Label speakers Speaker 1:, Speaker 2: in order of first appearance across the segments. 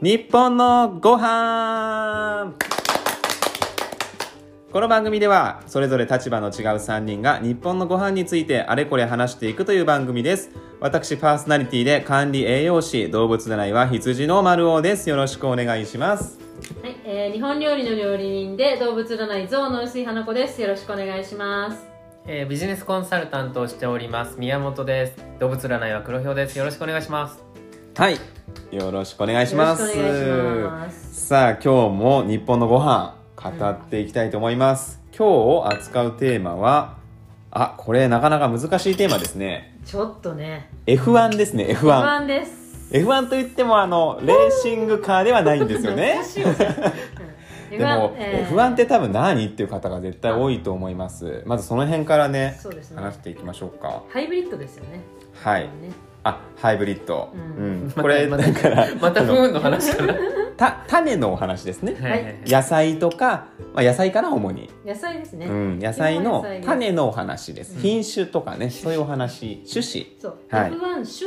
Speaker 1: 日本のご飯この番組ではそれぞれ立場の違う3人が日本のご飯についてあれこれ話していくという番組です私パーソナリティで管理栄養士動物占いは羊の丸尾ですよろしくお願いします
Speaker 2: はい、えー日本料理の料理人で動物占い象の薄井花子です。よろしくお願いします。
Speaker 3: えービジネスコンサルタントをしております宮本です動物占いは黒ひょうですよろしくお願いします
Speaker 1: はいよろしくお願いします
Speaker 2: よろしくお願いします
Speaker 1: さあ今日も日本のご飯語っていきたいと思います、今日扱うテーマはあこれなかなか難しいテーマですね
Speaker 2: ちょっとね、
Speaker 1: F1 ですね
Speaker 2: 不
Speaker 1: F1
Speaker 2: 安です。
Speaker 1: F1 といってもあのレーシングカーではないんですよ ね
Speaker 2: う
Speaker 1: で
Speaker 2: ん
Speaker 1: も、
Speaker 2: えー
Speaker 1: F1 って多分何っていう方が絶対多いと思いますまずその辺からね
Speaker 2: そうですね
Speaker 1: 話していきましょうか
Speaker 2: ハイブリッドですよね。
Speaker 1: はい
Speaker 2: ね
Speaker 1: あハイブリッド、う
Speaker 2: う
Speaker 1: んんこれ
Speaker 3: ま
Speaker 1: だ
Speaker 3: た
Speaker 1: から
Speaker 3: また
Speaker 1: あ
Speaker 3: 不
Speaker 1: の
Speaker 3: 運の話かな は
Speaker 1: た種のお話ですね
Speaker 3: いはいはい
Speaker 1: 野菜とか、まあ、野菜かな主に、
Speaker 2: 野菜ですね。
Speaker 1: うん、野菜の
Speaker 2: 基本野菜です
Speaker 1: 種のお話です、品種とかねそういうお話種子
Speaker 2: そう、
Speaker 1: はい
Speaker 2: F1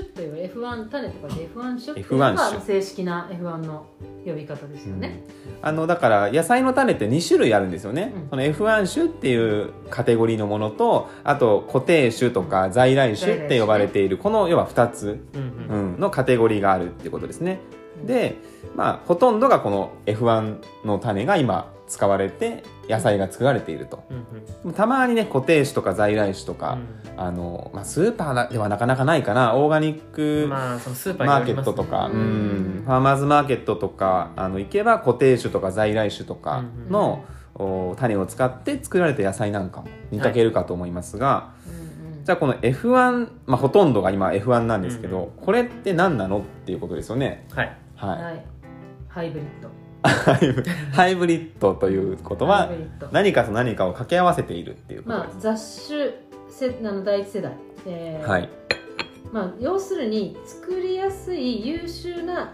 Speaker 2: 種という F1 種とかで F1 種っていう
Speaker 1: F1
Speaker 2: のが
Speaker 1: 種
Speaker 2: 正式な F1 の呼び方ですよね。
Speaker 1: あのだから野菜の種って2種類あるんですよね、
Speaker 2: うん
Speaker 1: その F1 種っていうカテゴリーのものとあと固定種とか在来種って呼ばれているこの要は2つ、
Speaker 3: うん
Speaker 1: う
Speaker 3: うん
Speaker 1: ん、のカテゴリーがあるってことですね
Speaker 2: うん
Speaker 1: でまあほとんどがこの F1 の種が今使われて野菜が作られていると
Speaker 3: うん
Speaker 1: たまにね固定種とか在来種とか、あの、まあ、スーパーではなかなかないかなオーガニッ
Speaker 3: うん
Speaker 1: クマ
Speaker 3: まあそのスーパーによ
Speaker 1: ーケ
Speaker 3: りま
Speaker 1: ッ
Speaker 3: す
Speaker 1: トとか、
Speaker 2: に
Speaker 1: う
Speaker 2: よりますねう
Speaker 1: ん
Speaker 2: ん
Speaker 1: ファーマーズマーケットとかあの行けば固定種とか在来種とかの、お種を使って作られた野菜なんかも見かけるかと思いますが、
Speaker 2: うんうん
Speaker 1: じゃあこの F1、まあ、ほとんどが今 F1 なんですけど、これって何なのっていうことですよね。
Speaker 3: はい
Speaker 1: は
Speaker 2: はい、ハイブリッド。
Speaker 1: い、ハイブリッドということは
Speaker 2: ハイブリッド
Speaker 1: 何かと何かを掛け合わせているっていうことで
Speaker 2: まあ雑種せあの第一世代。え
Speaker 1: す。
Speaker 2: ー
Speaker 1: はい、
Speaker 2: まあ、要するに作りやすい優秀な、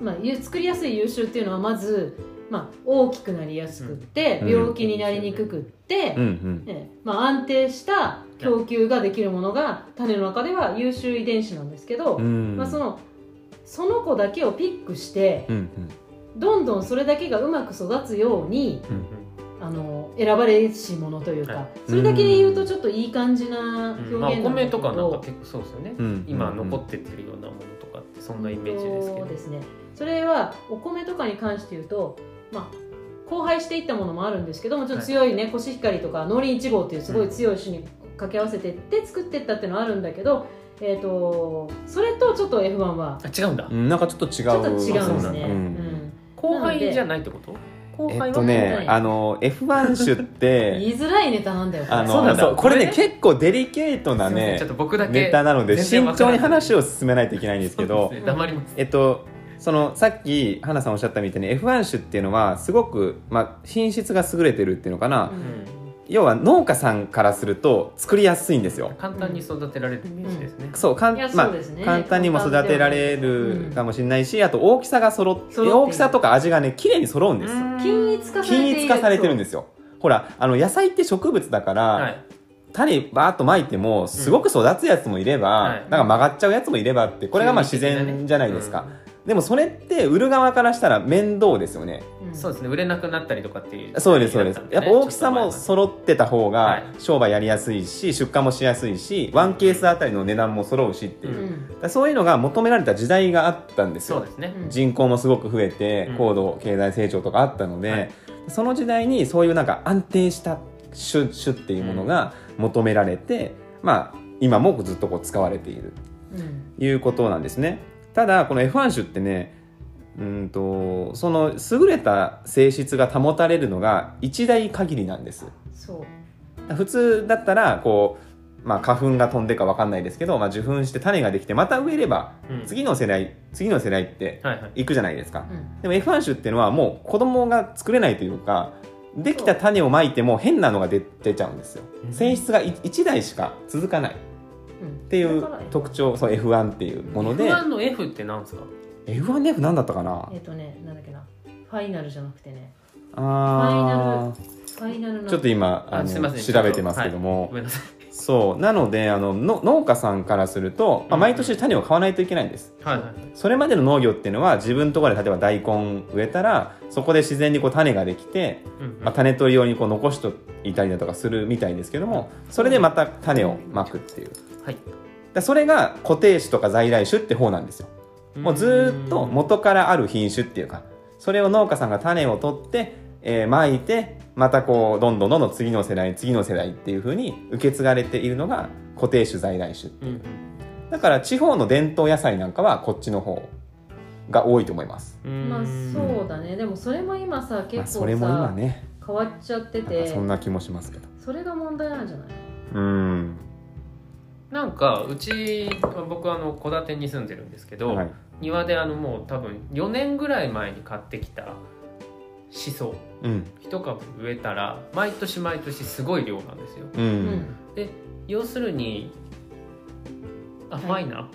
Speaker 2: まあ、ゆ作りやすい優秀っていうのはまず、まあ、大きくなりやすくって、
Speaker 1: うん
Speaker 2: 病気になりにくくって、
Speaker 1: うんうん
Speaker 2: ええまあ、安定した供給ができるものが種の中では優秀遺伝子なんですけど、
Speaker 1: うん
Speaker 2: まあ、そのその子だけをピックして
Speaker 1: うん
Speaker 2: どんどんそれだけがうまく育つように
Speaker 1: うんうん
Speaker 2: あの選ばれし者というか、
Speaker 3: はい
Speaker 2: それだけ言うとちょっといい感じな表現
Speaker 3: うんまあお
Speaker 2: なんだ
Speaker 3: 米
Speaker 2: けど、
Speaker 3: とかなんか結構そうですよね
Speaker 1: うん
Speaker 3: 今残ってってるようなものとかってそんなイメージですけ
Speaker 2: そ
Speaker 3: ど
Speaker 2: うですねそれはお米とかに関して言うとまあ荒廃していったものもあるんですけどもちょっと強いね、コシヒカリとか農林1号っていうすごい強い種に掛け合わせてって作ってったっていうのはあるんだけど、えー、とそれとちょっと F1 は
Speaker 3: あ違うんだ
Speaker 1: うん、なんかちょっと違う
Speaker 2: ちょっと違うんで
Speaker 3: あそ
Speaker 2: す
Speaker 3: う
Speaker 2: ね。
Speaker 3: な
Speaker 2: うん
Speaker 3: だ
Speaker 2: ん
Speaker 3: 後輩じゃないってこと後輩は
Speaker 1: えっと
Speaker 2: は
Speaker 1: ね
Speaker 2: い、
Speaker 1: あの F1 種っ
Speaker 2: 言
Speaker 1: て
Speaker 2: いづらいネタなんだよこれ
Speaker 1: あ
Speaker 3: そ
Speaker 1: の
Speaker 3: うなんだ
Speaker 1: そうこれね
Speaker 3: こ
Speaker 1: 結構デリケートな
Speaker 3: すいません
Speaker 1: ね
Speaker 3: ちょっと僕だけ
Speaker 1: ネタなので
Speaker 3: 全然
Speaker 1: 慎
Speaker 3: わか
Speaker 1: 重
Speaker 3: らな
Speaker 1: に
Speaker 3: い
Speaker 1: 話を進めないといけないんですけ
Speaker 3: そう
Speaker 1: ど
Speaker 3: ですね黙ります
Speaker 1: えっとそのさっき花さんおっしゃったみたいに F1 種っていうのはすごく、まあ、品質が優れてるっていうのかな、要は農家さんからすると作りやすいんですよ。
Speaker 3: 簡単に育てられるイメージですね
Speaker 1: そうかん
Speaker 2: いや
Speaker 1: まあ
Speaker 2: そうですね
Speaker 1: 簡単にも育てられ
Speaker 2: うん
Speaker 1: るかもしれないしあと大きさが揃っ
Speaker 2: 揃っている
Speaker 1: 大きさとか味がね綺麗に揃うんですよ。
Speaker 2: うん均一化されている
Speaker 1: 均一化されてるんですよほらあの野菜って植物だから、
Speaker 3: はい
Speaker 1: 種バーッとまいてもすごく育つやつもいれば、
Speaker 3: うんはい
Speaker 1: なんか曲がっちゃうやつもいればってこれがまあ自然じゃないですか、でもそれって売る側からしたら面倒ですよね
Speaker 2: うん
Speaker 3: そうですね売れなくなったりとかっていう
Speaker 1: そうですそうですやっぱ大きさも
Speaker 3: そ
Speaker 1: 揃ってた方
Speaker 3: は
Speaker 1: が
Speaker 3: い
Speaker 1: 商売やりやすいし出荷もしやすいしワンケースあたりの値段も揃うしっていうう、
Speaker 2: ん
Speaker 1: だからそういうのが求められた時代があったんですよ
Speaker 3: うですね
Speaker 2: うん
Speaker 1: 人口もすごく増えて
Speaker 3: うん
Speaker 1: 高度経済成長とかあったので、
Speaker 3: はい
Speaker 1: その時代にそういうなんか安定した種種っていうものが求められて、まあ今もずっとこう使われている
Speaker 2: うん
Speaker 1: ということなんですね。ただこの F1 種ってねうんとその優れた性質が保たれるのが一台限りなんです。
Speaker 2: そう
Speaker 1: 普通だったらこう、まあ、花粉が飛んでかわかんないですけど、まあ、受粉して種ができてまた植えれば
Speaker 3: うん
Speaker 1: 次の世代次の世代って
Speaker 3: はいはい
Speaker 1: 行くじゃないですか
Speaker 2: う。ん
Speaker 1: でも F1 種っていうのはもう子供が作れないというかできた種をまいても変なのが出出ちゃうんですよ
Speaker 3: うん
Speaker 1: 性質が1台しか続かないっ
Speaker 2: うん
Speaker 1: てい
Speaker 2: だ
Speaker 1: う
Speaker 2: から
Speaker 1: 特徴そう F1 っていうもので
Speaker 3: F1 の F ってなんですか
Speaker 1: F1F 何だったかな
Speaker 2: えっ、とねなんだっけなファイナルじゃなくてね
Speaker 1: あ
Speaker 2: ファ
Speaker 1: ー
Speaker 2: イナルファイナルの
Speaker 1: ちょっと今あ
Speaker 3: あすいま
Speaker 1: の
Speaker 3: せん
Speaker 1: 調べてますけど
Speaker 3: ご
Speaker 1: も
Speaker 3: めんなさい
Speaker 1: そそうなのであのの農家さんからすると、まあ、毎年種を買わないといけないんです
Speaker 3: はいはい
Speaker 1: それまでの農業っていうのは自分のところで例えば大根植えたらそこで自然にこう種ができて、
Speaker 3: うんうん
Speaker 1: まあ、種取り用にこう残しといたりだとかするみたいですけどもそれでまた種をまくっていう
Speaker 3: はい
Speaker 1: だそれが固定種とか在来種って方なんですよもうずーっと元からある品種っていうかそれを農家さんが種を取って、えー撒いてまたこうどんどんどんどん次の世代次の世代っていう風に受け継がれているのが固定種在来種
Speaker 3: うんうん
Speaker 1: だから地方の伝統野菜なんかはこっちの方が多いと思います、
Speaker 3: うん
Speaker 2: まあそうだねでもそれも今さ
Speaker 1: まあ、
Speaker 2: 結
Speaker 1: そ
Speaker 2: 構
Speaker 1: れ
Speaker 2: さ、
Speaker 1: も今ね
Speaker 2: 変わっちゃって
Speaker 1: なんか
Speaker 2: て
Speaker 1: そんな気もしますけど
Speaker 2: それが問題なんじゃない
Speaker 1: うん
Speaker 3: なんかうち僕あの戸建てに住んでるんですけど、
Speaker 1: はい
Speaker 3: 庭であのもう多分4年ぐらい前に買ってきたシソ
Speaker 1: うん
Speaker 3: 一株植えたら毎年毎年すごい量なんですよ
Speaker 1: うん、
Speaker 2: うん、はい
Speaker 3: で要するにあファイナ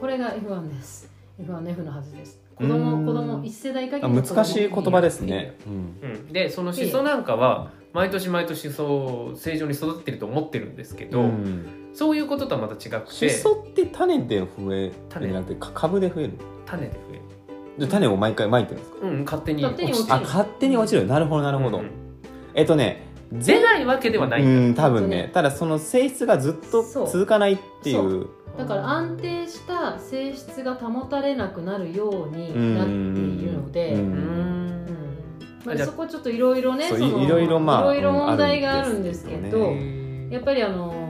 Speaker 2: これが F1 です F1F のはずです子供
Speaker 1: うん
Speaker 2: 子供一世代限り
Speaker 1: あ
Speaker 2: の子供
Speaker 1: 難しい言葉ですね、うん
Speaker 3: うん、でそのシソなんかは毎年毎年そう正常に育ってると思ってるんですけど、
Speaker 1: うん、
Speaker 3: そういうこととはまた違く
Speaker 1: シ
Speaker 3: て
Speaker 1: ソって種で増える
Speaker 3: 種
Speaker 1: んじゃなくてか株で増える
Speaker 3: 種で増え
Speaker 1: で種を毎回まいてるんですか
Speaker 3: る、うん、勝手に
Speaker 2: 勝手に落ちる
Speaker 1: あ勝手に落ちるなるほどなるほど、
Speaker 3: うんうん
Speaker 1: えっとね
Speaker 3: 出ないわけではないんだ、
Speaker 1: うん多分
Speaker 2: 本当
Speaker 1: ね
Speaker 2: に
Speaker 1: ただその性質がずっと
Speaker 2: そう
Speaker 1: 続かないっていう
Speaker 2: だから安定した性質が保たれなくなるようになっているので、
Speaker 1: うん
Speaker 3: う
Speaker 2: ま
Speaker 3: あ
Speaker 2: あ、
Speaker 3: じゃあ
Speaker 2: そこちょっといろいろね
Speaker 1: そう
Speaker 2: その
Speaker 1: いいろいろまあ
Speaker 2: いろいろ問題があるんですけど、
Speaker 1: うん
Speaker 3: ん
Speaker 2: やっぱりあの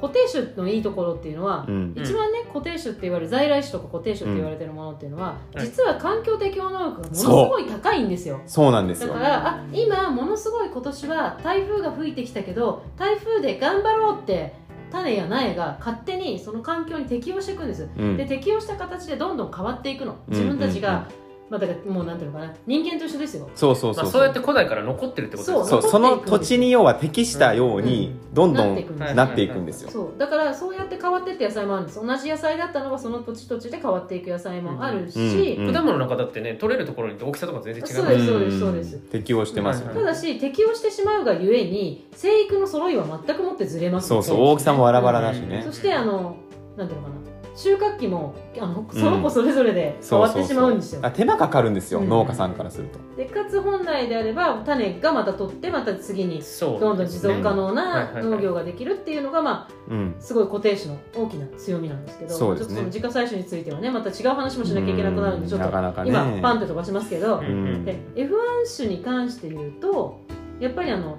Speaker 2: 固定種のいいところっていうのは
Speaker 1: う、ん
Speaker 2: 一番ね固定種って言われる在来種とか固定種って言われてるものっていうのは、
Speaker 3: うん
Speaker 2: 実は環境適応能力がものす
Speaker 1: そう
Speaker 2: ごい高いんですよ。
Speaker 1: そうなんです
Speaker 2: だ
Speaker 1: よ
Speaker 2: か
Speaker 3: う
Speaker 2: らあ今ものすごい今年は台風が吹いてきたけど台風で頑張ろうって種や苗が勝手にその環境に適応していくんです
Speaker 1: うん
Speaker 2: で適応した形でどんどん変わっていくの自分たちが、
Speaker 1: うんうん
Speaker 2: まあ、だからもうなんていうのかな人間と一緒ですよ
Speaker 1: そうそうそ
Speaker 3: まあ、
Speaker 1: う
Speaker 3: そうやって古代から残ってるってことです
Speaker 1: そう
Speaker 2: 残っていく
Speaker 1: その土地に要は適したようにどんど
Speaker 2: なってい
Speaker 1: ん
Speaker 2: くんです
Speaker 1: なっていくんですよ
Speaker 2: そうだからそうやって変わってって野菜もあるんです同じ野菜だったのがその土地土地で変わっていく野菜もあるし、
Speaker 1: うんうん
Speaker 3: 果物の中だってね取れるところによって大きさとか全然違う
Speaker 2: そうです
Speaker 1: ん
Speaker 2: そうですそうです
Speaker 1: 適応してますよ
Speaker 3: はい
Speaker 2: た
Speaker 1: ね
Speaker 2: だし適応してしまうがゆえに生育の揃いは全くもってずれます
Speaker 1: そうそう
Speaker 3: そうですね
Speaker 1: 大きさもバラバラだし
Speaker 3: う
Speaker 1: ね
Speaker 3: ん
Speaker 2: そしてあのなんていうのかな収穫期もあのその子それぞれで変わってしまうんですよ、
Speaker 1: あ手間かかるんですよ
Speaker 2: うん
Speaker 1: 農家さんからすると
Speaker 2: でかつ本来であれば種がまた取ってまた次に
Speaker 3: そう
Speaker 2: どんどん持続可能
Speaker 3: はいはい
Speaker 2: な
Speaker 3: はい
Speaker 2: 農業ができるっていうのが、ま
Speaker 1: うん
Speaker 2: あ、すごい固定種の大きな強みなんですけど
Speaker 1: そうですね
Speaker 2: ちょっとその自家採取についてはねまた違う話もしなきゃいけなくなるんでちょっ
Speaker 1: な
Speaker 2: と
Speaker 1: かなかね
Speaker 2: 今パンって飛ばしますけど、
Speaker 1: うん
Speaker 2: で F1 種に関して言うとやっぱりあの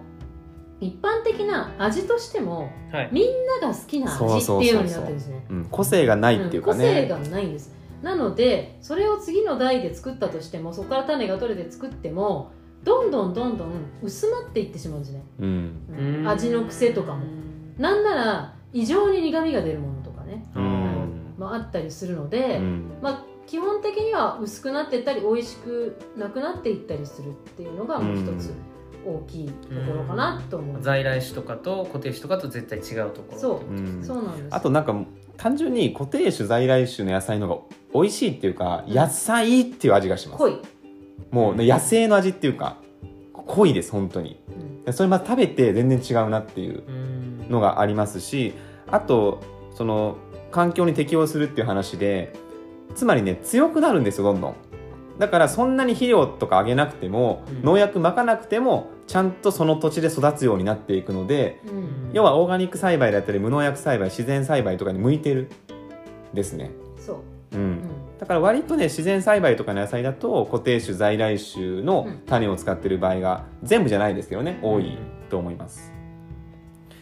Speaker 2: 一般的な味としても
Speaker 3: はい
Speaker 2: みんなが好きな味っていうのになってるんですね
Speaker 1: うん個性がないっていうか
Speaker 2: うん個性
Speaker 1: ね
Speaker 2: がないんですなのでそれを次の代で作ったとしてもそこから種が取れて作ってもどんどんどんどん薄まっていってしまうんですね、
Speaker 1: うん
Speaker 2: うん味の癖とかもなんなら異常に苦みが出るものとかね、
Speaker 1: う
Speaker 3: うん
Speaker 1: ん
Speaker 2: まあ、あったりするので、
Speaker 1: うん
Speaker 2: まあ、基本的には薄くなっていったり美味しくなくなっていったりするっていうのがもう一つ大きいところかなと思う、
Speaker 3: 在来種とかと固定種とかと絶対違うところ
Speaker 2: そう
Speaker 1: うん
Speaker 2: そうなんです
Speaker 1: あとなんか単純に固定種在来種の野菜の方が美味しいっていうか
Speaker 2: うん
Speaker 1: 野菜っていう味がします
Speaker 2: 濃い、
Speaker 1: もうね野生の味っていうか濃いです本当に
Speaker 2: うん
Speaker 1: それまた食べて全然違うなっていう
Speaker 3: うん
Speaker 1: のがありますしあとその環境に適応するっていう話でつまりね強くなるんですよどんどんだからそんなに肥料とかあげなくても、
Speaker 3: うん
Speaker 1: 農薬まかなくてもちゃんとその土地で育つようになっていくので
Speaker 2: うん
Speaker 1: 要はオーガニック栽培だったり無農薬栽培自然栽培とかに向いてるですね
Speaker 2: そう、
Speaker 1: うん、
Speaker 2: うん
Speaker 1: だから割とね自然栽培とかの野菜だと固定種在来種の種を使ってる場合が全部じゃないですけどね多いと思います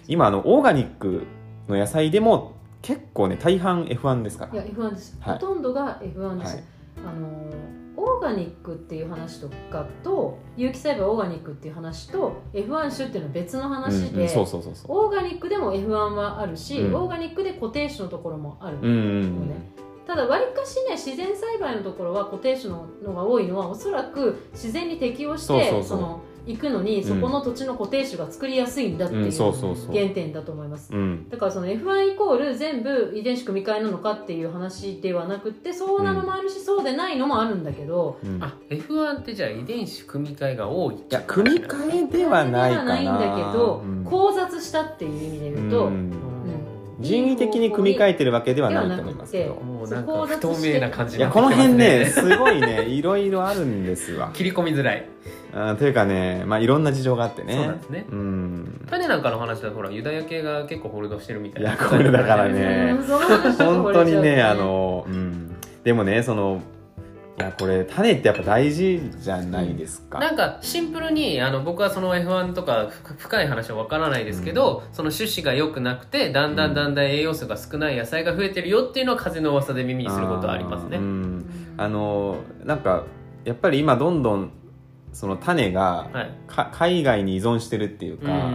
Speaker 1: 今あのオーガニックの野菜でも結構ね大半 F1 ですか
Speaker 2: い
Speaker 1: ら
Speaker 2: や F1 です、
Speaker 1: はい
Speaker 2: ほとんどが F1 です、
Speaker 1: はい
Speaker 2: あのーオーガニックっていう話とかと有機栽培オーガニックっていう話と F1 種っていうのは別の
Speaker 1: うん
Speaker 2: 話で、
Speaker 1: うんそうそうそうそう
Speaker 2: オーガニックでも F1 はあるし、
Speaker 1: うん
Speaker 2: オーガニックで固定種のところもある、
Speaker 1: うんうん
Speaker 2: そうねただわりかしね自然栽培のところは固定種ののが多いのはおそらく自然に適応して
Speaker 1: そうそうそう
Speaker 2: の行くのに、そこの土地の固定種が作りやすいんだっていううん
Speaker 1: そうそうそう
Speaker 2: 原点だと思います。
Speaker 1: うん
Speaker 2: だからその F1 イコール全部遺伝子組み換えなのかっていう話ではなくってそうなのもあるし、そうでないのもあるんだけど
Speaker 1: うん
Speaker 3: あ F1 ってじゃあ遺伝子組み換えが多いい
Speaker 1: いや組み替えではないかな
Speaker 2: ではないんだけど、
Speaker 1: うん
Speaker 2: 交雑したっていう意味で言うと、
Speaker 1: うん
Speaker 2: ん
Speaker 1: 人為的に組み替えてるわけではないと思いますけ
Speaker 2: では
Speaker 1: ど
Speaker 2: な
Speaker 3: もうなんか不透明な感
Speaker 1: い
Speaker 3: じにな
Speaker 1: やこ
Speaker 3: ってき
Speaker 1: の
Speaker 3: ます
Speaker 1: 辺 ねすごいねいろいろあるんですわ
Speaker 3: 切り込みづらい
Speaker 1: あというかねまあいろんな事情があってね
Speaker 3: そうなんですね
Speaker 1: うん
Speaker 3: 種なんかの話だとほらユダヤ系が結構ホールドしてるみたいない
Speaker 1: やこれだからね
Speaker 2: うんその話ちょっと
Speaker 1: 本
Speaker 2: これ
Speaker 1: 当
Speaker 2: ち
Speaker 1: に
Speaker 2: ょっと
Speaker 1: ねあの、うん、でもねそのいやこれ種ってやっぱ大事じゃないですか、
Speaker 3: なんかシンプルにあの僕はその F1 とかふ深い話は分からないですけど、その種子が良くなくてだんだんだんだん栄養素が少ない野菜が増えてるよっていうのは風の噂で耳にすることはありますね
Speaker 1: あーうん
Speaker 2: うん
Speaker 1: あのなんかやっぱり今どんどんその種が
Speaker 3: はい
Speaker 1: か海外に依存してるっていう
Speaker 3: う
Speaker 1: か、
Speaker 3: ん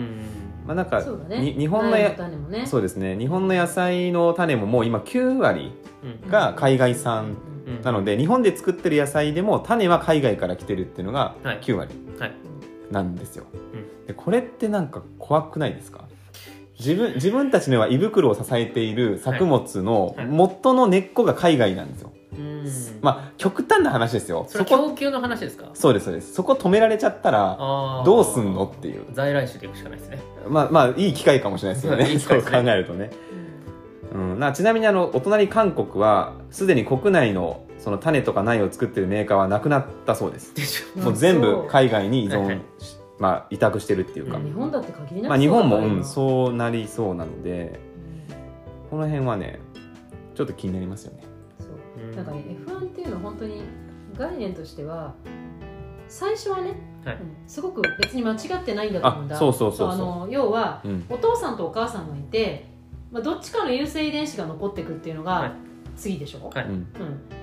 Speaker 1: まあなんか
Speaker 2: そうだね
Speaker 1: に日本の
Speaker 2: 苗
Speaker 1: や
Speaker 2: の種もね
Speaker 1: そうですね日本の野菜の種ももう今9割
Speaker 3: うん
Speaker 1: が海外産
Speaker 3: うん
Speaker 1: なので日本で作ってる野菜でも種は海外から来てるっていうのが
Speaker 3: はい
Speaker 1: 9割
Speaker 3: はい
Speaker 1: なんですよ、
Speaker 3: ん
Speaker 1: でこれってなんか怖くないですか自分自分たちのは胃袋を支えている作物の
Speaker 3: はいはい
Speaker 1: 元の根っこが海外なんですよ、
Speaker 3: うんまあ
Speaker 1: まあ極端な話ですよ
Speaker 3: それは
Speaker 1: こ
Speaker 3: 供給の話ですか
Speaker 1: そうですそうですそこ止められちゃったら
Speaker 3: あー
Speaker 1: どうすんのっていう
Speaker 3: 在来種でいくしかな いですね
Speaker 1: まあまあいい機会かもしれないですよ
Speaker 3: い
Speaker 1: ね
Speaker 3: い機
Speaker 1: そ
Speaker 3: 会
Speaker 1: う
Speaker 3: です
Speaker 1: 考
Speaker 3: ね
Speaker 1: えるとねうん、なちなみにあのお隣韓国はすでに国内のその種とか苗を作ってるメーカーはなくなったそうです、
Speaker 3: でしょ
Speaker 2: うん
Speaker 1: もう全
Speaker 2: そ
Speaker 1: 部
Speaker 2: う
Speaker 1: 海外に依存し、
Speaker 3: はいはい
Speaker 1: まあ、委託してるっていうか、
Speaker 3: うん
Speaker 2: 日本だって限りなく
Speaker 1: まあ、日本も、
Speaker 2: そうだから
Speaker 1: うん、
Speaker 2: 今
Speaker 1: そうなりそうなのでこの辺はねちょっと気になりますよね
Speaker 2: うんそうなんかね F1 っていうのは本当に概念としては最初はね、
Speaker 3: はい
Speaker 2: うんすごく別に間違ってないんだと思う
Speaker 1: あ
Speaker 2: んだ
Speaker 1: そうそうそう
Speaker 2: あ
Speaker 1: そ
Speaker 2: の要は
Speaker 1: う、うん、
Speaker 2: お父さんとお母さんがいて、まあ、どっちかの優性遺伝子が残ってくっていうの
Speaker 3: はい
Speaker 2: が次でしょ、
Speaker 3: はい
Speaker 1: うん
Speaker 2: うん、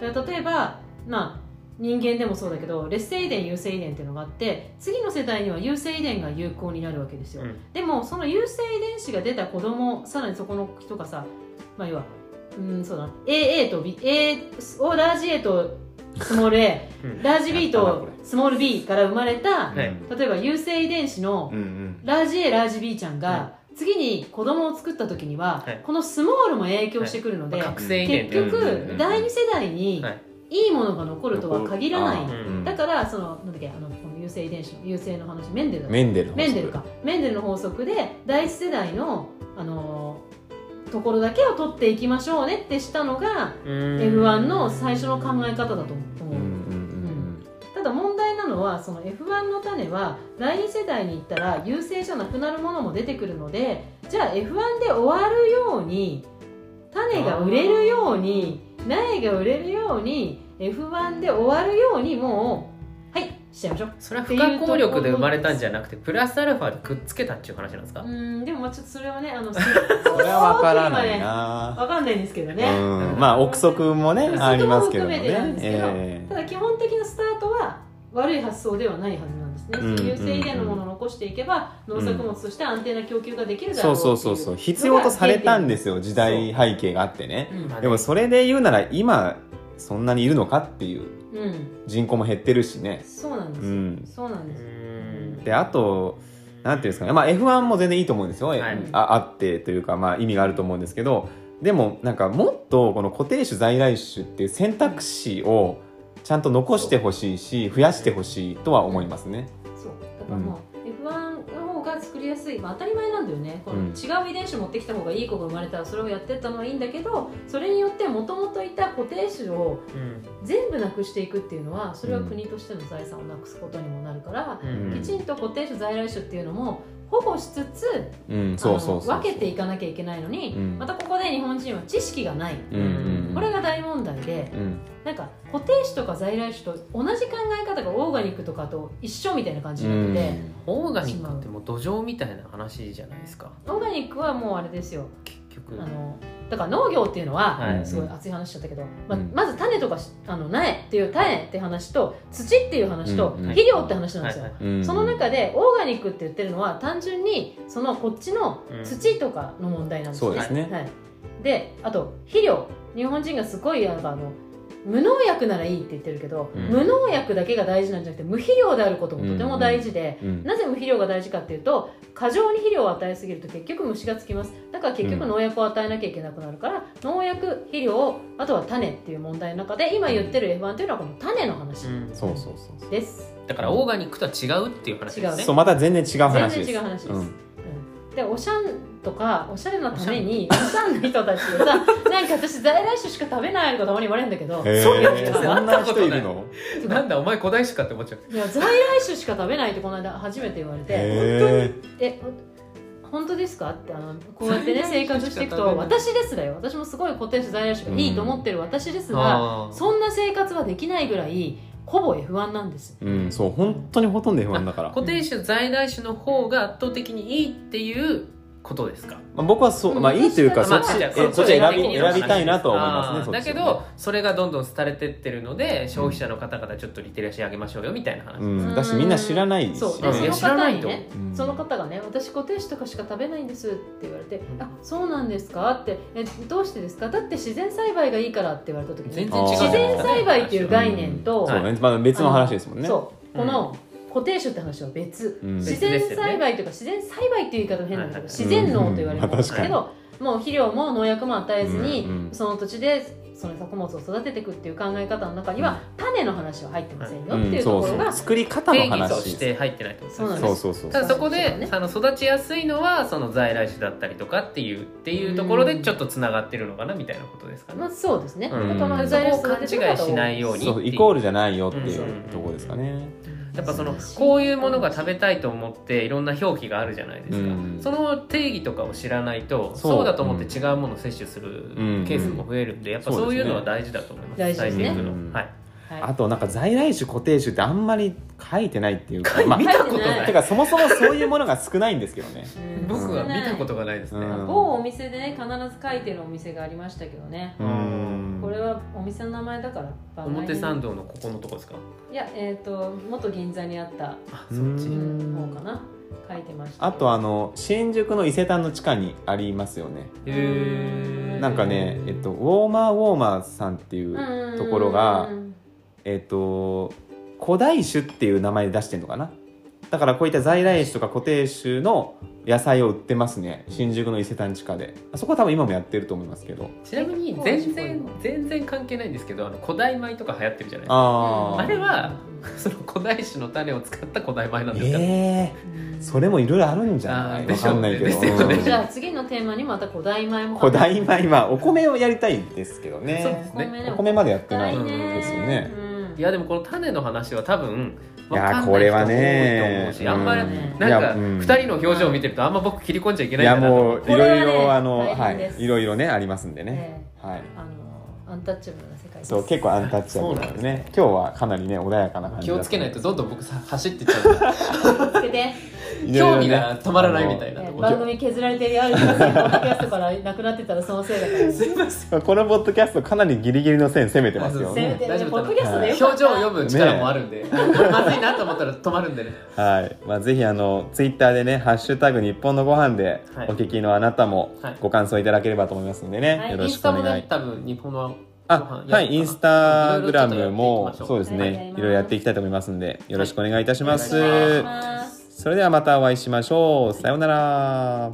Speaker 2: だから例えば、まあ、人間でもそうだけど劣性遺伝優性遺伝っていうのがあって次の世代には優性遺伝が有効になるわけですよ、
Speaker 3: うん
Speaker 2: でもその優性遺伝子が出た子供さらにそこの人がさまあ要はうんそうだな AA と B A をラージ A とスモール A
Speaker 3: うん
Speaker 2: ラージ B
Speaker 1: やったなことれ
Speaker 2: スモール B から生まれた
Speaker 3: はい
Speaker 2: 例えば優性遺伝子の
Speaker 1: うんうん
Speaker 2: ラージ A ラージ B ちゃんが次に子供を作った時には
Speaker 3: はい
Speaker 2: このスモールも影響してくるので
Speaker 3: まあ覚醒遺伝
Speaker 2: 結
Speaker 3: っていう
Speaker 1: うんうんう
Speaker 2: 局
Speaker 1: ん
Speaker 2: 第二世代に
Speaker 3: はい
Speaker 2: いいものが残るとは限らない
Speaker 1: あーうん
Speaker 2: だからそのなんだっけあのこの優性遺伝子の優性の話メンデルだっけ
Speaker 1: メンデルの法則
Speaker 2: メンデルかメンデルの法則で第一世代の、あのーところだけを取っていきましょうねってしたのが
Speaker 3: うん
Speaker 2: F1 の最初の考え方だ
Speaker 1: う
Speaker 2: と思
Speaker 1: んう
Speaker 2: う、
Speaker 1: んうん
Speaker 2: ただ問題なのはその F1 の種は第二世代に行ったら優勢じゃなくなるものも出てくるのでじゃあ F1 で終わるように種が売れるように苗が売れるように F1 で終わるようにもうはいしちゃいましょう
Speaker 3: それは不可抗力で生まれたんじゃなくてプラスアルファでくっつけたっていう話なんですか
Speaker 2: うんでもまあちょっとそれはねあ のそ
Speaker 1: それ
Speaker 2: れ
Speaker 1: は分からないな、
Speaker 2: わかんないんですけどね、
Speaker 1: うん、まあ憶測もね
Speaker 2: 憶測も
Speaker 1: ありますけどもね
Speaker 2: 含めてなんですけど
Speaker 1: え
Speaker 2: ただ基本的なスタートは悪い発想ではないはずなんですね、
Speaker 1: うん
Speaker 2: 有性遺伝のものを残していけば農作物として安定な供給ができるだろ
Speaker 1: そううそうそうそう必要とされたんですすよ時代背景があってね
Speaker 2: うん
Speaker 3: まあね
Speaker 1: でもそれで言うなら今そんなにいるのかっていう
Speaker 2: うん
Speaker 1: 人口も減ってるしね
Speaker 2: そうなんです、
Speaker 1: うん
Speaker 2: そうなん
Speaker 3: う
Speaker 2: です、
Speaker 3: ん
Speaker 1: であとなんていうんですかね、まあ、F1 も全然いいと思うんですよ、
Speaker 3: はい
Speaker 1: ああってというか、まあ、意味があると思うんですけどでもなんかもっとこの固定種在来種っていう選択肢をちゃんと残してほしいし増やしてほしいとは思いますね。
Speaker 2: そうだからもう、F1 の方が作りやすい、まあ、当たり前なんだよねこの
Speaker 1: うん
Speaker 2: 違う遺伝子持ってきた方がいい子が生まれたらそれをやってったのはいいんだけどそれによってもともといた固定種を
Speaker 3: うん
Speaker 2: 全部なくしていくっていうのはそれは国としての財産をなくすことにもなるから、
Speaker 3: う
Speaker 2: き
Speaker 3: ん
Speaker 2: ちんと固定種在来種っていうのも保護しつつ
Speaker 1: うん、そうそうそうそう
Speaker 2: あの分けていかなきゃいけないのに、
Speaker 1: うん
Speaker 2: またここで日本人は知識がない、
Speaker 1: うんうんうん
Speaker 2: これが大問題で
Speaker 1: うん
Speaker 2: なんか固定種とか在来種と同じ考え方がオーガニックとかと一緒みたいな感じ
Speaker 1: う
Speaker 2: になっ
Speaker 1: ん
Speaker 2: てて、
Speaker 3: オーガニックってもう土壌みたいな話じゃないですか
Speaker 2: オーガニックはもうあれですよ
Speaker 3: 結
Speaker 2: あ
Speaker 3: 局
Speaker 2: のだから農業っていうのは、
Speaker 3: はい
Speaker 2: すごい熱い話しちゃったけど、ま
Speaker 1: うん
Speaker 2: まず種とかしあの苗っていう種って話と土っていう話と
Speaker 1: うん
Speaker 2: 肥料って話なんですよ、
Speaker 3: はいはい
Speaker 1: うん
Speaker 2: その中でオーガニックって言ってるのは単純にそのこっちの土とかの問題なんですね。
Speaker 1: うんそうですね
Speaker 2: はい、であと肥料日本人がすごいなんかあの無農薬ならいいって言ってるけど、
Speaker 1: うん
Speaker 2: 無農薬だけが大事なんじゃなくて無肥料であることもとても大事で、
Speaker 1: うん
Speaker 2: なぜ無肥料が大事かっていうと過剰に肥料を与えすぎると結局虫がつきますだから結局
Speaker 1: うん
Speaker 2: 農薬を与えなきゃいけなくなるから、農薬肥料あとは種っていう問題の中で今言ってる F1 っていうのはこの種の話
Speaker 3: うん
Speaker 1: そうそうそうそう
Speaker 2: です、
Speaker 3: だからオーガニックとは違うっていう話ですね
Speaker 1: そうまた全然違う話です
Speaker 2: 全然違う話です
Speaker 1: ん
Speaker 2: でおしゃんとかおしゃれのためにおしゃんの人たちをさ なんか私在来種しか食べないとかたまに言われるんだけど
Speaker 1: へー
Speaker 3: そういう人
Speaker 1: そん
Speaker 3: 会
Speaker 1: な
Speaker 3: ったことな
Speaker 1: 人
Speaker 3: い
Speaker 1: いるの
Speaker 3: なんだお前古代種かって思っちゃう
Speaker 2: いや在来種しか食べないってこの間初めて言われて
Speaker 1: へー
Speaker 2: 「えほ本当ですか?」ってあのこうやってね生
Speaker 3: 在来種
Speaker 2: 活
Speaker 3: し
Speaker 2: して
Speaker 3: か
Speaker 2: いく
Speaker 3: 食べ
Speaker 2: と
Speaker 3: ない
Speaker 2: 「私です」だよ私もすごい固定種在来種がいいと思ってる私ですが、
Speaker 3: あー
Speaker 2: そんな生活はできないぐらいほぼ F1 なんです
Speaker 1: うんそう本当にほとんど F1 だから
Speaker 3: 固定種在来種の方が圧倒的にいいっていうことですか
Speaker 1: まあ僕はそうまあ
Speaker 2: うん
Speaker 1: いいというか
Speaker 2: ま
Speaker 1: そ
Speaker 2: あ
Speaker 1: っち
Speaker 2: まあ
Speaker 1: え
Speaker 2: じゃあ
Speaker 1: そっち選び
Speaker 2: そ
Speaker 1: 選
Speaker 2: っち
Speaker 1: びたいなとは思いますね
Speaker 3: あー
Speaker 1: そっ
Speaker 3: だ
Speaker 1: ち
Speaker 3: けどそれがどんどん廃れてってるので消費者の方々ちょっとリテラシー上げましょうよみたいな話、
Speaker 1: うんだしみんな知らないし
Speaker 2: そう
Speaker 3: う
Speaker 2: で
Speaker 3: ん
Speaker 2: そ
Speaker 3: いや
Speaker 2: の
Speaker 3: 知ら
Speaker 2: 方
Speaker 3: ない
Speaker 2: に
Speaker 3: と
Speaker 2: ね
Speaker 1: うん
Speaker 2: その方がね私固定種とかしか食べないんですって言われて
Speaker 3: う
Speaker 2: 「
Speaker 3: ん
Speaker 2: あそうなんですか?」ってえ「どうしてですか?」だって自然栽培がいいからって言われた時に
Speaker 3: 全
Speaker 1: 然違う
Speaker 2: 自然栽培っていう概念と、
Speaker 1: うんそうねまあ別の話ですもんね
Speaker 2: そうこの固定種って話は別、
Speaker 1: うん
Speaker 2: 自然栽培というか自然栽培っていう言い方変なんだけど、自然農と言われ
Speaker 1: う
Speaker 2: る
Speaker 1: ん
Speaker 2: ものだけど、もう肥料も農薬も与えずに、
Speaker 1: うんうん
Speaker 2: その土地でその作物を育てていくっていう考え方の中には、種の話は入ってませんよ
Speaker 1: う
Speaker 2: ってい
Speaker 1: ん
Speaker 2: う
Speaker 1: そ
Speaker 2: と
Speaker 1: う
Speaker 2: ころ
Speaker 1: そう
Speaker 2: が、
Speaker 1: 作り方の
Speaker 3: 定義と
Speaker 1: 話
Speaker 3: して入ってないってこと
Speaker 2: そうなん
Speaker 3: です
Speaker 2: で
Speaker 1: そ
Speaker 3: ね
Speaker 1: うそうそう
Speaker 3: ただそこ
Speaker 2: そうです
Speaker 3: で
Speaker 2: よね
Speaker 3: あの育ちやすいのはその在来種だったりとかっていうっていうところでちょっとつながってるのかなみたいなことですかね
Speaker 2: まあ、そうですね、
Speaker 3: うん
Speaker 2: だからまあ
Speaker 1: そ
Speaker 3: こを勘違いしないように
Speaker 1: そうイコールじゃないよっていうところですかね
Speaker 3: やっぱそのこういうものが食べたいと思っていろんな表記があるじゃないですか、
Speaker 1: うん
Speaker 3: その定義とかを知らないと
Speaker 1: そう
Speaker 3: そうだと思って違うものを摂取する
Speaker 1: うん
Speaker 3: ケースも増えるんでやっぱそういうのは大事だと思います
Speaker 2: 大事ですね
Speaker 3: 伝えていくの
Speaker 1: うん
Speaker 3: はい
Speaker 2: はい
Speaker 1: あとなんか在来種固定種ってあんまり書いてないっていうかまあ
Speaker 3: 見たことな
Speaker 2: 書い
Speaker 3: い
Speaker 1: てかそもそもそういうものが少ないんですけどね
Speaker 2: うん
Speaker 3: 僕は見たことがないですね、
Speaker 1: うん
Speaker 2: 某お店でね必ず書いてるお店がありましたけどね、
Speaker 1: うん
Speaker 2: これはお店の名前だから番外
Speaker 3: 表
Speaker 2: 編
Speaker 3: 参道のここのとこですか
Speaker 2: いやえっ、と元銀座にあった
Speaker 3: あ
Speaker 1: う
Speaker 3: そっち
Speaker 1: ん
Speaker 2: 方かな書いてました
Speaker 1: あとあの新宿の伊勢丹の地下にありますよね
Speaker 3: へー
Speaker 1: なんかねえっとウォーマーウォーマーさんっていうところがえっと古代種っていう名前で出してるのかなだからこういった在来種とか固定種の野菜を売ってますね新宿の伊勢丹地下であそこは多分今もやってると思いますけど
Speaker 3: ちなみに全然全然関係ないんですけどあの古代米とか流行ってるじゃないで
Speaker 1: あ
Speaker 3: すか
Speaker 1: ー
Speaker 3: あれはその古代種の種を使った古代米なんですか、
Speaker 1: えー、それもいろいろあるんじゃな
Speaker 3: あ
Speaker 1: い
Speaker 3: ー
Speaker 1: わ
Speaker 3: でしょ
Speaker 1: か
Speaker 3: うんね
Speaker 1: ないけど、
Speaker 3: ですよね
Speaker 1: うん
Speaker 2: じゃあ次のテーマにまた古代米も
Speaker 1: 古代米まあお米をやりたいんですけど
Speaker 3: そうです
Speaker 1: ね
Speaker 3: ね
Speaker 1: お米までやってない
Speaker 2: 古代
Speaker 3: ん
Speaker 1: ですよね
Speaker 2: うん
Speaker 3: いやでもこの種の話は多分
Speaker 1: いや
Speaker 3: わ
Speaker 1: ー
Speaker 3: かんない
Speaker 1: これは
Speaker 3: 人多いと
Speaker 1: ね
Speaker 3: 思うしあんまり
Speaker 2: うん
Speaker 3: なんか
Speaker 1: うん
Speaker 3: 2人の表情を見てるとあんま僕切り込んじゃいけ
Speaker 1: い
Speaker 3: ない
Speaker 1: や
Speaker 3: んだなと思
Speaker 1: も
Speaker 3: っ
Speaker 1: う
Speaker 3: て
Speaker 1: いろい
Speaker 2: これは
Speaker 1: ろ
Speaker 2: ね
Speaker 1: あの
Speaker 2: 大
Speaker 1: は
Speaker 2: 変で
Speaker 1: い
Speaker 2: す
Speaker 1: いろいろねありますんでね、
Speaker 2: え
Speaker 1: はい
Speaker 2: えあのアンタッチャブルな世界です
Speaker 1: そう結構アンタッチャブルなんでね今日はかなりね穏やかな感じ
Speaker 3: 気
Speaker 1: だっ
Speaker 3: を
Speaker 1: た
Speaker 3: つけないとどんどん僕さ走ってっち ゃうから
Speaker 2: つけて
Speaker 1: いろいろね
Speaker 3: 興味が止まらないみたいな
Speaker 1: あ
Speaker 2: え
Speaker 1: の
Speaker 2: え番組削られてるあるんですけどポッドキャストからなくなってたらそのせいだから
Speaker 3: すいません
Speaker 1: まあこのポッドキャストかなりギリギリの線攻めてますよ
Speaker 2: せめ
Speaker 1: ね
Speaker 2: て
Speaker 3: 大
Speaker 2: ね
Speaker 3: 丈夫
Speaker 2: ポッドキャストでよ
Speaker 3: 表
Speaker 2: か
Speaker 3: 情
Speaker 2: った
Speaker 3: を読む力もあるんで、まずいなと思ったら止まるんでね
Speaker 1: はい、まあ、ぜひあのツイッターでね「ハッシュタグ日本のご飯で
Speaker 3: はい
Speaker 1: お聞きのあなたも
Speaker 3: はい
Speaker 1: ご感想いただければと思いますんでね、
Speaker 2: はい
Speaker 1: よろ
Speaker 3: イン
Speaker 1: し
Speaker 3: ス
Speaker 1: くお
Speaker 3: タも
Speaker 1: 願い
Speaker 3: ね多分日本の
Speaker 1: あ
Speaker 3: ご飯やるかな
Speaker 1: はいインスタグラ
Speaker 3: いろ
Speaker 1: ム
Speaker 3: いろちょ
Speaker 1: も
Speaker 3: っとやっていきましょう
Speaker 1: そうです
Speaker 2: はい
Speaker 1: ねいろいろやっていきたいと思いますんでよろしくお願いいたします、
Speaker 3: はいお願いし
Speaker 2: ます
Speaker 1: それではまたお会いしましょうさようなら